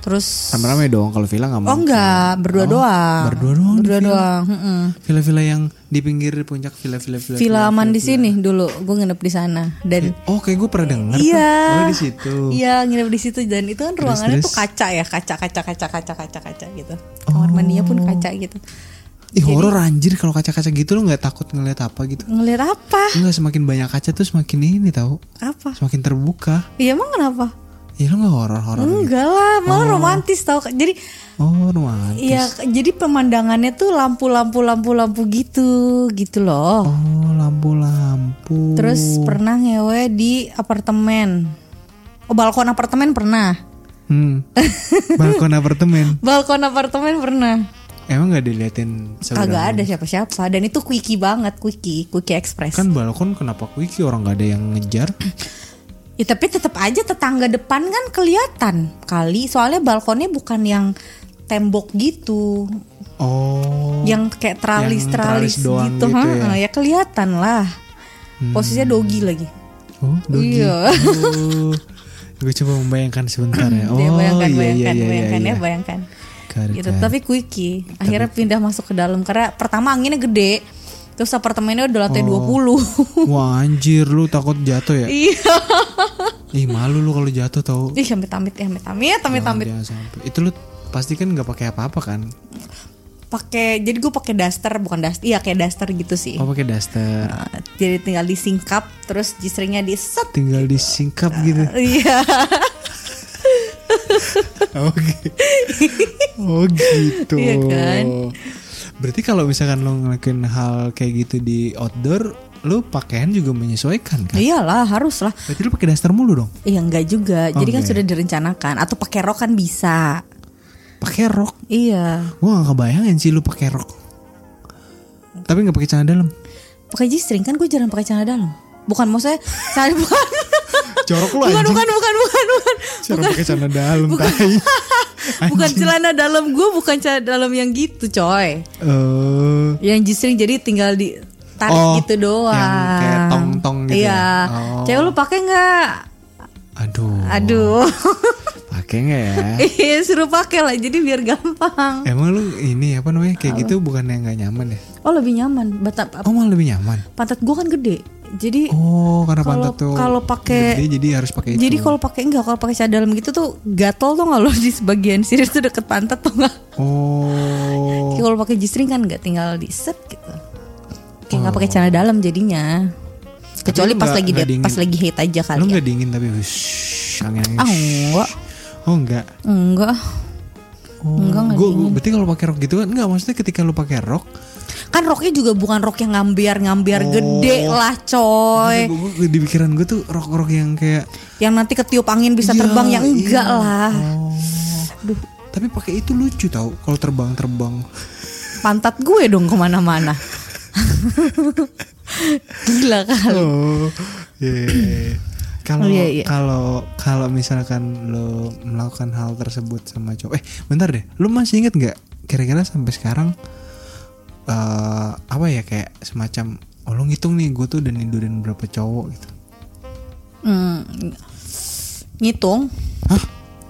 Terus
Rame-rame dong kalau villa nggak mau.
Oh enggak, berdua doang.
Hmm, berdua doang di
Berdua
villa.
doang. mm-mm.
Villa-villa yang di pinggir puncak villa-villa
Villa aman di
villa.
sini dulu, gue nginep di sana dan
Oh, kayak gue pernah denger tuh.
iya.
Oh, di situ.
Iya, nginep di situ dan itu kan ruangannya
terus? Oh.
tuh kaca ya, kaca kaca kaca kaca kaca kaca gitu. Kamar mandinya pun kaca gitu.
Ih, horor anjir kalau kaca-kaca gitu lu nggak takut ngeliat apa gitu.
Ngeliat apa?
Enggak semakin banyak kaca tuh semakin ini tahu.
Apa?
Semakin terbuka.
Iya emang kenapa?
Ya lu nggak horor-horor gitu.
Enggak lah, malah romantis tau. Jadi
Oh, romantis.
ya jadi pemandangannya tuh lampu-lampu lampu-lampu gitu, gitu loh.
Oh, lampu-lampu.
Terus pernah ngewe di apartemen. Oh, balkon apartemen pernah.
Hmm. Balkon apartemen.
Balkon apartemen pernah.
Emang nggak diliatin saudara?
Kagak ada siapa-siapa dan itu quickie banget, quickie, quickie express.
Kan balkon kenapa kuiki orang nggak ada yang ngejar?
Ya, tapi tetap aja tetangga depan kan kelihatan kali. Soalnya balkonnya bukan yang tembok gitu,
Oh.
yang
yang
kayak tralis-tralis
tralis doang
gitu,
gitu
ha,
ya.
ya. kelihatan lah. Posisinya dogi lagi.
Oh, dogi.
Iya.
Gue coba membayangkan sebentar ya. Oh,
Dia bayangkan,
iya,
bayangkan,
iya, iya,
bayangkan
iya.
ya, bayangkan.
Got it,
gitu.
got it.
Tapi quickie akhirnya pindah masuk ke dalam karena pertama anginnya gede, terus apartemennya udah lantai
Oh.
20.
Wah anjir lu takut jatuh ya?
Iya.
Ih malu lu kalau jatuh tau.
Ih, amit-amit, eh,
Iya,
amit-amit, amit-amit.
Jangan sampai. Itu lu pasti kan nggak pakai apa-apa kan?
Iya. Pakai jadi gue pakai daster bukan daster. Iya, kayak daster gitu sih.
Oh pakai daster.
Nah, jadi tinggal disingkap terus jiseringnya di set.
Tinggal disingkap gitu.
Iya.
Oke. gitu. Oh gitu.
Iya kan?
Berarti kalau misalkan lo ngelakuin hal kayak gitu di outdoor, lo pakaian juga menyesuaikan kan?
Iyalah, harus lah.
Berarti lo pakai daster mulu dong.
Iya enggak juga. Jadi kan
Oke.
sudah direncanakan atau pakai rok kan bisa.
Pakai rok.
Iya.
Gua gak kebayangin sih lo pakai rok. Tapi nggak pakai celana dalam.
Pakai jistring kan gue jarang pakai celana dalam. Bukan maksudnya celana bukan.
Corok lo
bukan,
anjing.
bukan bukan bukan bukan.
Cara pakai celana dalam
bukan.
tai.
Bukan
Anjing.
celana dalam gue bukan celana dalam yang gitu, coy.
Eh,
Yang jistring jadi tinggal di tarik
Oh,
gitu doang.
yang kayak tong-tong gitu
Iya.
ya? Oh.
Cewek lu pakai nggak?
aduh.
Aduh.
Pakai nggak ya?
Iya, suruh pakai lah jadi biar gampang.
Emang lu ini apa namanya kayak gitu bukan yang nggak nyaman ya?
Oh, lebih nyaman. Batat
Oh malah lebih nyaman.
pantat gue kan gede. Jadi
Oh karena
Kalau-
pantat tuh.
kalau pakai-
gede, jadi harus pakai itu.
Jadi kalau pakai enggak kalau pakai cadar dalam gitu tuh gatel tuh nggak lo di sebagian sini tuh deket pantat tuh nggak.
oh
Kalau pakai jistring kan nggak tinggal di set gitu. Kayak nggak pakai celana dalam jadinya. Kecuali
Oh. lu
pas
nggak-
lagi
nggak
dia-
dingin.
pas lagi hate aja kali
lu
ya.
nggak dingin tapi shh, angin angin.
Ah, enggak.
Oh enggak.
Enggak.
Oh,
Enggak, nggak
gua, gua-
dingin.
berarti kalau pakai rok gitu kan enggak maksudnya ketika lu pakai rok
Kan roknya juga bukan rok yang ngambiar-ngambiar
Oh.
gede lah coy.
gua- gua- gua- di pikiran gue tuh rok-rok yang kayak
Yang nanti ketiup angin bisa
Iya,
terbang yang enggak
iya.
lah.
Oh. Tapi pakai itu lucu tau kalau terbang-terbang.
Pantat gue dong kemana-mana. Gila kali.
Oh, iya. Kalau
Iya, iya.
kalau kalau misalkan lo melakukan hal tersebut sama cowok, eh bentar deh, lo masih inget nggak kira-kira sampai sekarang eh apa ya kayak semacam oh lo ngitung nih gue tuh udah nidurin berapa cowok gitu.
Hmm, ngitung,
Hah?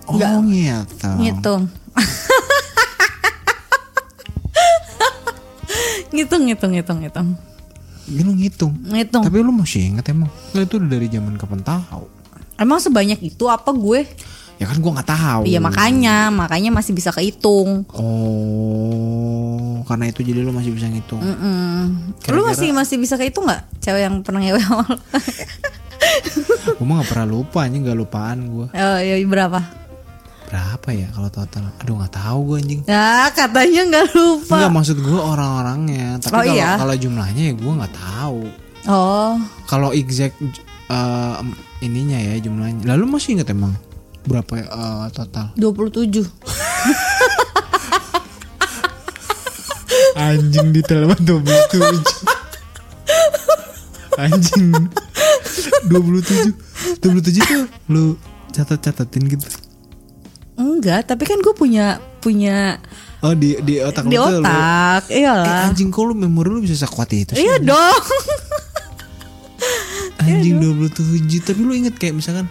Oh
Nggak.
ngitung.
ngitung. ngitung, ngitung, ngitung, ngitung.
Ya, lo ngitung.
Ngitung.
Tapi lo masih inget emang? Lo itu udah dari zaman kapan tahu?
Emang sebanyak itu apa gue?
Ya kan gue nggak tahu.
Iya makanya, makanya masih bisa kehitung.
Oh, karena itu jadi lo masih bisa ngitung.
Mm. Lu
Kira-kira-
masih masih bisa kehitung nggak cewek yang pernah ngewe sama lu?
Gue mah gak pernah lupa anjing gak lupaan gue
Eh, ya, berapa?
Berapa ya kalau total Aduh gak tahu gue anjing
Ya katanya nggak lupa.
Enggak maksud gue orang-orangnya Tapi
Oh,
kalau
iya.
kalau jumlahnya ya gue gak tahu
Oh,
Kalau exact eh, em, ininya ya jumlahnya Lalu masih inget emang Berapa eh, total
27
Anjing detail banget 27 Anjing 27 27 tuh lu catat-catatin gitu
Enggak, tapi kan gue punya punya
Oh di, di otak
di
lu tuh lu-
otak,
Eh,
iyalah.
anjing kok lu memori lu bisa sekuat itu sih
Iya dong. iya,
Anjing 27 tapi lu inget kayak misalkan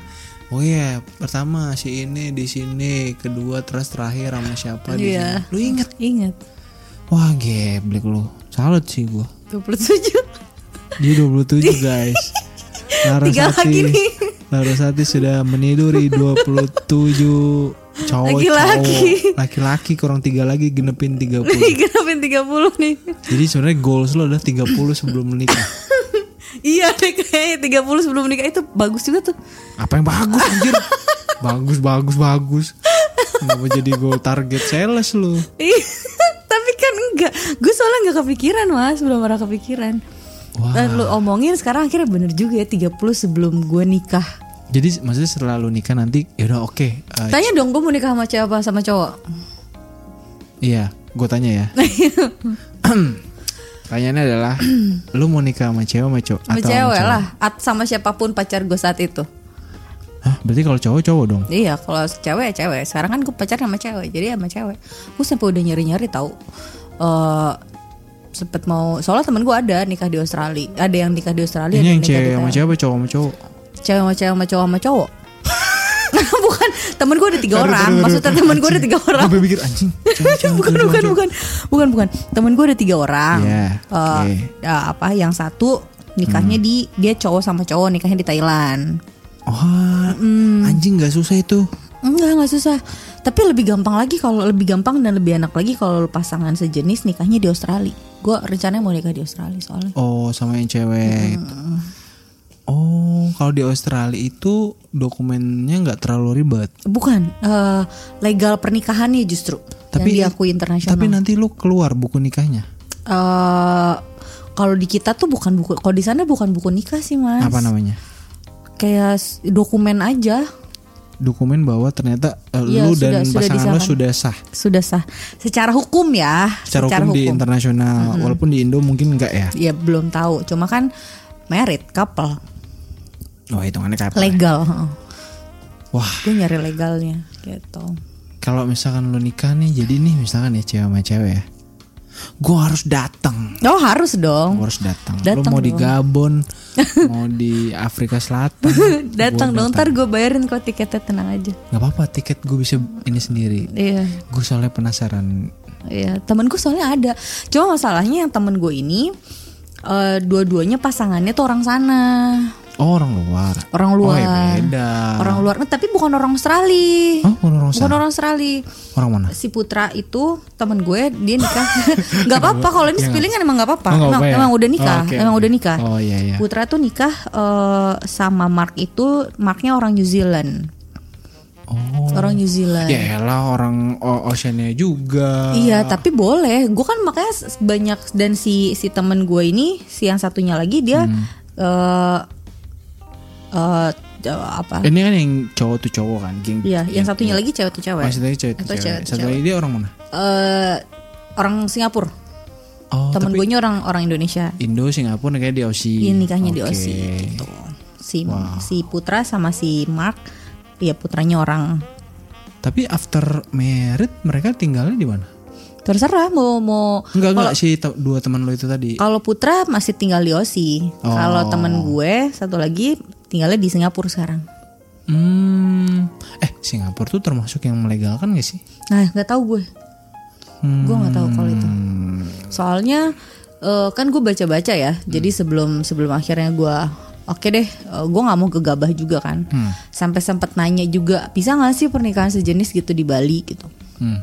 Oh iya, pertama si ini di sini, kedua terus terakhir sama siapa di
Iya.
sini. Lu inget?
Ingat.
Wah, geblek lu. Salut sih gua.
27
Di 27 guys.
Tiga lagi nih.
Larasati sudah meniduri 27 cowok
Laki-laki.
laki-laki kurang tiga lagi genepin 30
Kenapin 30 nih
jadi sebenarnya goals lo adalah 30 sebelum menikah
Iya deh kayaknya 30 sebelum menikah Itu bagus juga tuh
Apa yang bagus anjir? bagus, bagus, bagus. Kenapa jadi goal target sales lu?
Ih, Iya, Tapi kan enggak Gue soalnya enggak kepikiran mas Belum pernah kepikiran
Wah.
Dan lu omongin sekarang akhirnya bener juga ya 30 sebelum gue nikah
Jadi maksudnya setelah lu nikah nanti yaudah oke. eh,
Tanya dong gue mau nikah sama siapa Sama cowok
iya, gue tanya ya. Pertanyaannya adalah lu mau nikah sama cewek sama cowok?
Sama
atau sama
cewek
cowok?
lah At Sama siapapun pacar gue saat itu
Hah, berarti kalau cowok cowok dong.
Iya kalau cewek ya cewek Sekarang kan gue pacar sama cewek Jadi sama cewek Gue sampai udah nyari-nyari tau eh sempet mau soalnya temen gue ada nikah di Australia ada yang nikah di Australia
Ini
ada
yang
nikah di
cewek sama
Thailand.
cewek apa cowok sama cowok?
cewek sama cewek sama cowok sama cowok bukan temen gue ada tiga orang maksudnya temen gue ada tiga orang
Gue mikir anjing. Jangan, jangan,
bukan
jangan,
bukan
jangan.
bukan bukan bukan temen gue ada tiga orang
Iya,
Eh,
oke. Hmm.
eh, apa yang satu nikahnya di dia cowok sama cowok nikahnya di Thailand
Wah, Oh, anjing nggak susah itu.
enggak nggak susah tapi lebih gampang lagi kalau lebih gampang dan lebih enak lagi kalau lu pasangan sejenis nikahnya di Australia gue rencananya mau nikah di Australia soalnya
Oh, sama yang cewek. Oh, kalau di Australia itu dokumennya nggak terlalu ribet.
bukan eh, legal pernikahannya justru
Tapi
yang diakui internasional
Tapi nanti lu keluar buku nikahnya.
eh kalau di kita tuh bukan buku kalau di sana bukan buku nikah sih mas
Apa namanya?
kayak s- dokumen aja
Dokumen bahwa ternyata eh,
Iya,
lu
sudah-
dan
sudah
pasangan lu
disahkan.
sudah sah
sudah sah secara hukum ya
secara, hukum, di internasional. Walaupun di Indo mungkin nggak ya.
ya belum tahu cuma kan married couple
Wah, hitungannya kayak apa ya?
legal heeh.
Wah,
gue nyari legalnya gitu
kalau misalkan lu nikah nih, jadi nih misalkan ya cewek sama cewek ya. Gue harus datang.
oh harus
Gua
dong
harus datang. Lu
Datang
mau di
dong.
Gabon, mau di Afrika Selatan.
datang
gua
dong ntar gue bayarin kok tiketnya tenang aja
Gak apa-apa, tiket gue bisa ini sendiri.
iya
Gue soalnya penasaran.
Iya, temen gue soalnya ada. Cuma masalahnya yang temen gue ini eh, dua-duanya pasangannya tuh orang sana,
Oh, orang luar.
orang
Oh,
luar.
ya beda.
Orang luar, Nah, tapi bukan orang Australia.
Oh, bukan orang
bukan
sana.
orang Australia.
Orang mana?
Si Putra itu temen gue, dia nikah. nggak apa-apa kalau ini
Iya,
spilling kan emang nggak apa-apa.
Oh, nggak
emang,
apa-apa ya?
emang udah nikah,
Oh, oke,
emang
oke.
udah nikah.
Oh, iya, iya.
Putra tuh nikah eh, sama Mark itu, Marknya orang New Zealand.
Oh.
Orang New Zealand.
Ya lah orang o- Oceania juga.
Iya, tapi boleh. Gue kan makanya s- banyak dan si si temen gue ini, si yang satunya lagi dia
Hmm.
eh eh, eh, apa?
Ini kan yang cowok tuh cowok kan, geng.
Iya, yang satunya lagi cewek tuh cewek.
Maksudnya cewek tuh
Atau
cewek.
cewek tuh
Satu
cewek.
lagi dia orang mana?
Eh, orang Singapura.
Oh,
temen
tapi
gue orang orang Indonesia.
Indo, Singapura, kayak di Aussie.
Ini nikahnya di
Oke.
Aussie gitu. Si si Putra sama si Mark, ya putranya orang
Tapi after married mereka tinggalnya di mana?
terserah mau mau
Enggak
kalau-
enggak si te- dua teman lo itu tadi.
Kalau Putra masih tinggal di Aussie.
Oh.
Kalau temen gue satu lagi tinggalnya di Singapura sekarang.
Hmm, eh Singapura tuh termasuk yang melegalkan gak sih?
Nah, nggak tahu gue.
Hmm.
Gue nggak tahu kalau itu. Soalnya eh, kan gue baca-baca ya. Jadi
Hmm.
sebelum sebelum akhirnya gue oke deh, eh, gue nggak mau gegabah juga kan.
Hmm.
Sampai sempet nanya juga bisa nggak sih pernikahan sejenis gitu di Bali gitu.
Hmm,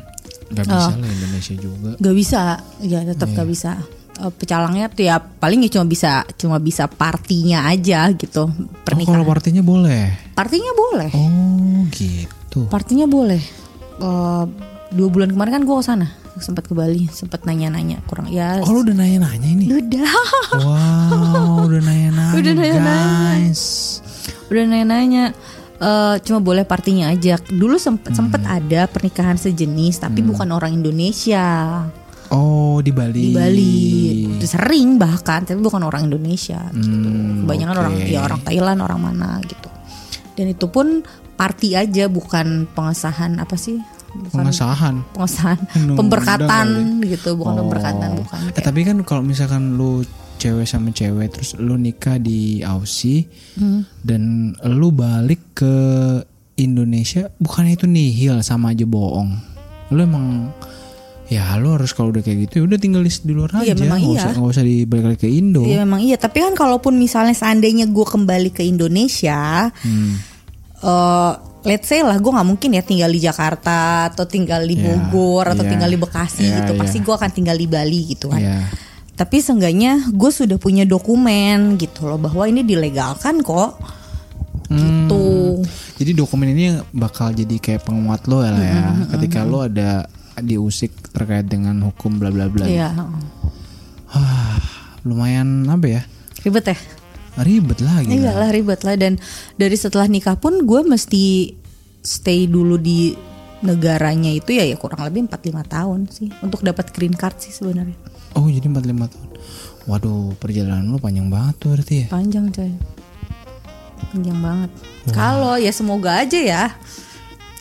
gak
Oh.
bisa lah Indonesia juga.
Gak bisa, ya tetap
Iya.
nggak bisa. Eh, pecalangnya tuh ya paling ya cuma bisa cuma bisa partinya aja
Oh,
gitu
kalau
pernikahan.
partinya boleh.
partinya boleh.
Oh gitu.
Partinya boleh. Eh, dua bulan kemarin kan gue ke sana, sempat ke Bali, sempat nanya-nanya kurang ya.
Oh lu udah nanya-nanya ini?
udah,
Wow, udah nanya-nanya
Udah nanya-nanya.
guys.
udah nanya-nanya. Eh, cuma boleh partinya aja. Dulu
Hmm.
sempet sempet ada pernikahan sejenis, tapi bukan orang Indonesia
Oh di Bali.
di Bali. Sering bahkan, tapi bukan orang Indonesia. gitu.
Hmm,
Kebanyakan
oke.
orang ya orang Thailand, orang mana gitu. Dan itu pun party aja, bukan pengesahan apa sih? Bukan
Pengesahan.
pengesahan
Undang-undang
pemberkatan
kali.
gitu bukan
Oh.
pemberkatan bukan
Eh,
kayak-
tapi kan kalau misalkan lu cewek sama cewek terus lu nikah di Aussie
Hmm.
dan lu balik ke Indonesia bukannya itu nihil sama aja bohong. Lu emang ya lu harus kalau udah kayak gitu ya udah tinggal di, di luar
Iya,
aja
memang
nggak
iya.
usah nggak usah dibalik lagi ke Indo.
Iya memang iya tapi kan kalaupun misalnya seandainya gue kembali ke Indonesia
Hmm.
eh, let's say lah gue nggak mungkin ya tinggal di Jakarta atau tinggal di
Iya,
Bogor atau
iya.
tinggal di Bekasi
Iya,
gitu
iya.
pasti gue akan tinggal di Bali gitu kan
Iya.
tapi seenggaknya gue sudah punya dokumen gitu loh bahwa ini dilegalkan kok
Hmm.
gitu
Jadi dokumen ini yang bakal jadi kayak penguat lo ya, lah ya.
Mm-hmm,
ketika lo ada diusik terkait dengan hukum bla bla bla.
iya
Hah, lumayan apa ya?
ribet ya
Ribet gitu. lagi.
Iya lah ribet lah dan dari setelah nikah pun gue mesti stay dulu di negaranya itu ya ya kurang lebih 4-5 tahun sih untuk dapat green card sih sebenarnya
Oh jadi 45 tahun. Waduh perjalanan lo panjang banget tuh berarti ya.
panjang coy panjang banget kalau ya semoga aja ya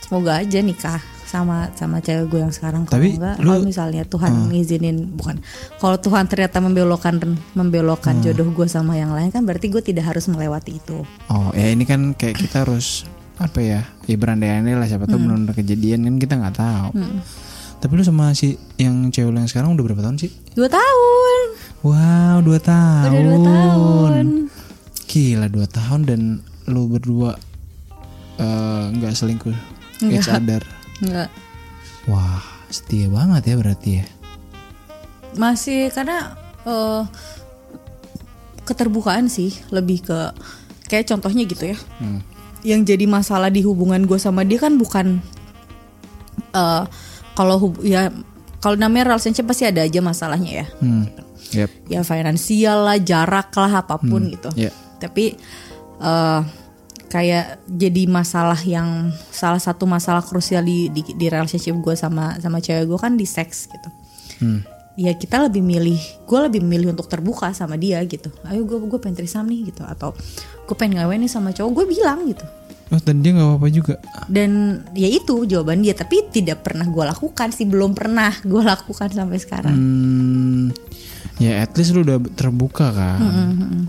semoga aja nikah sama sama cewek gue yang sekarang kalau
Tapi
enggak
lu-
kalau misalnya Tuhan ngizinin bukan kalau Tuhan ternyata membelokkan membelokkan jodoh gue sama yang lain kan berarti gue tidak harus melewati itu
Oh ya ini kan kayak kita harus apa ya ya berandai-andai lah siapa
Mm.
tahu belum ada kejadian kan kita nggak tahu tapi lu sama si yang cewek lu yang sekarang udah berapa tahun sih
Dua tahun.
wow dua tahun
Udah dua tahun.
gila dua tahun dan lu berdua eh, nggak selingkuh each other
Enggak.
wah setia banget ya berarti ya
Masih karena eh, keterbukaan sih lebih ke kayak contohnya gitu ya. Yang jadi masalah di hubungan gue sama dia kan bukan eh kalau hub- ya kalau namanya relationship pasti ada aja masalahnya ya.
hmm. yep.
ya finansial lah jarak lah apapun gitu
iya.
tapi eh kayak jadi masalah yang salah satu masalah krusial di di, di relationship gue sama sama cewek gue kan di seks gitu
Hmm.
ya kita lebih milih gue lebih milih untuk terbuka sama dia gitu ayo gue gue pengen trisam nih gitu atau gue pengen ngawin nih sama cowok gue bilang gitu
oh dan dia nggak apa-apa juga
dan ya itu jawaban dia tapi tidak pernah gue lakukan sih belum pernah gue lakukan sampai sekarang
Hmm, ya at least lu udah terbuka kan.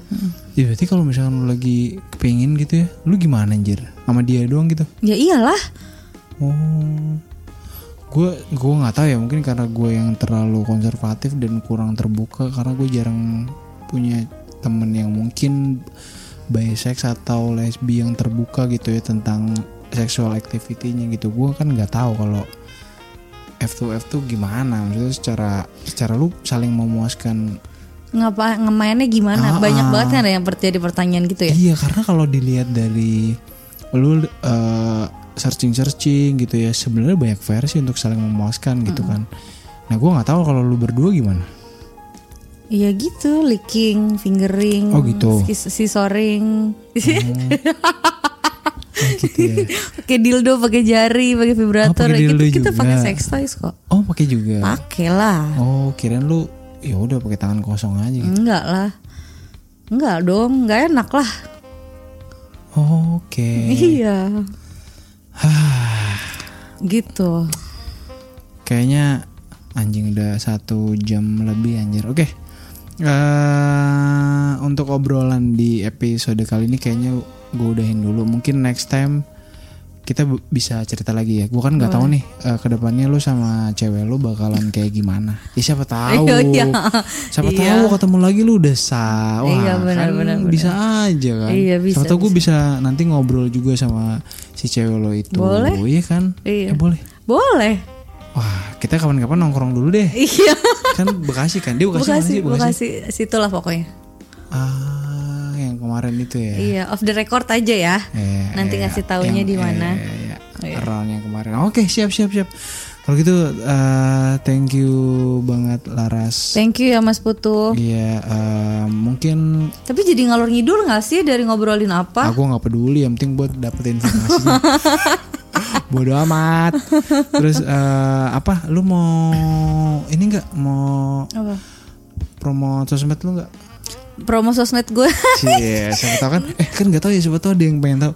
Ya berarti kalau misalkan lu lagi kepingin gitu ya, lu gimana anjir? Sama dia doang gitu.
ya iyalah
Oh. Gue gue nggak tahu ya, mungkin karena gue yang terlalu konservatif dan kurang terbuka karena gue jarang punya temen yang mungkin bisex atau lesbi yang terbuka gitu ya tentang sexual activity-nya gitu. Gue kan nggak tahu kalau F2F tuh gimana maksudnya secara secara lu saling memuaskan
ngapa ngemainnya
Ah,
gimana banyak
ah.
banget kan yang terjadi pertanyaan gitu ya
Iya karena kalau dilihat dari lu searching searching gitu ya sebenarnya banyak versi untuk saling memuaskan gitu kan. Nah gue nggak tahu kalau lu berdua gimana.
iya gitu licking fingering
Oh, gitu. Hmm.
sis- sisoring
Gitu ya.
pakai dildo pakai jari pakai vibrator
Oh, pakai
gitu
dildo
kita
juga.
pakai sex toys kok
Oh pakai juga.
pakai lah
Oh kirain lu ya udah pakai tangan kosong aja. Gitu.
enggak lah enggak dong enggak enak lah
Oke.
iya gitu
Kayaknya anjing udah satu jam lebih anjir. Oke. Eh untuk obrolan di episode kali ini kayaknya gue udahin dulu. Mungkin next time kita b- bisa cerita lagi ya. Gue kan nggak tahu nih eh, kedepannya lu sama cewek lu bakalan kayak gimana. Ya siapa tahu.
Iya.
Siapa
Iya.
tahu ketemu lagi lu udah sa. Wah,
Iya, benar,
kan
benar, benar.
bisa aja kan.
Iya, bisa,
siapa tahu gue bisa nanti ngobrol juga sama si cewek lo itu.
Boleh.
Iya kan? Ya,
Iya.
boleh.
boleh
Wah, kita kapan-kapan nongkrong dulu deh.
iya
Kan Bekasi kan? Dia Bekasi, mana sih?
bekasi
Bekasi.
bekasi situlah pokoknya
Ah, yang kemarin itu ya.
iya off the record aja ya
Iya,
nanti
iya,
ngasih
yang-
taunya di
iya,
mana
Iya, iya,
Iya.
Round yang kemarin. Oke, siap siap siap. Kalau gitu eh, thank you banget Laras.
Thank you ya Mas Putu.
Iya, eh, mungkin
Tapi jadi ngalor ngidul nggak sih dari ngobrolin apa?
aku nggak peduli, yang penting buat dapetin informasinya. Bodoh amat. Terus eh, apa? Lu mau ini nggak mau
Apa?
promo sosmed lu nggak?
Promo sosmed gue.
Cie, siapa tahu kan? Eh kan nggak tahu ya siapa tahu ada yang pengen tahu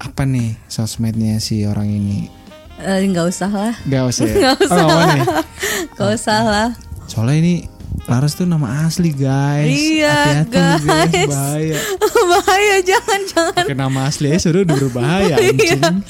apa nih sosmednya si orang ini.
Eh, Nggak usah lah.
Gak usah. Ya?
Nggak usah
Oh, nggak boleh.
Nggak usah lah.
Soalnya ini Laras tuh nama asli guys.
Iya,
Hati-hati nih,
guys.
bahaya.
Bahaya jangan jangan.
Pakai nama asli aja sudah udah berbahaya Ya, anjing.
Iya.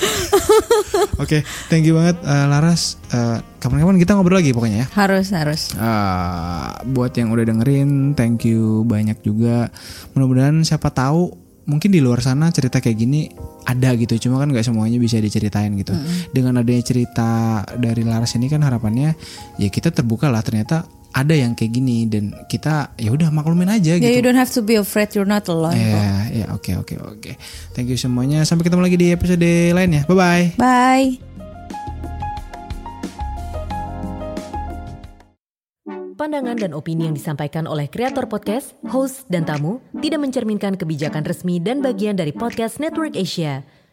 Oke, thank you banget eh, Laras. Eh, kapan-kapan kita ngobrol lagi pokoknya ya.
Harus harus.
Eh, buat yang udah dengerin, thank you banyak juga. Mudah-mudahan siapa tahu mungkin di luar sana cerita kayak gini ada gitu. Cuma kan nggak semuanya bisa diceritain gitu. Dengan adanya cerita dari Laras ini kan harapannya ya kita terbuka lah ternyata ada yang kayak gini dan kita ya udah maklumin aja
Ya you
gitu.
don't have to be afraid you're not alone.
Ya, ya oke oke oke. Thank you semuanya. Sampai ketemu lagi di episode lain ya. Bye bye.
Bye.
Pandangan dan opini yang disampaikan oleh kreator podcast, host, dan tamu tidak mencerminkan kebijakan resmi dan bagian dari podcast Network Asia.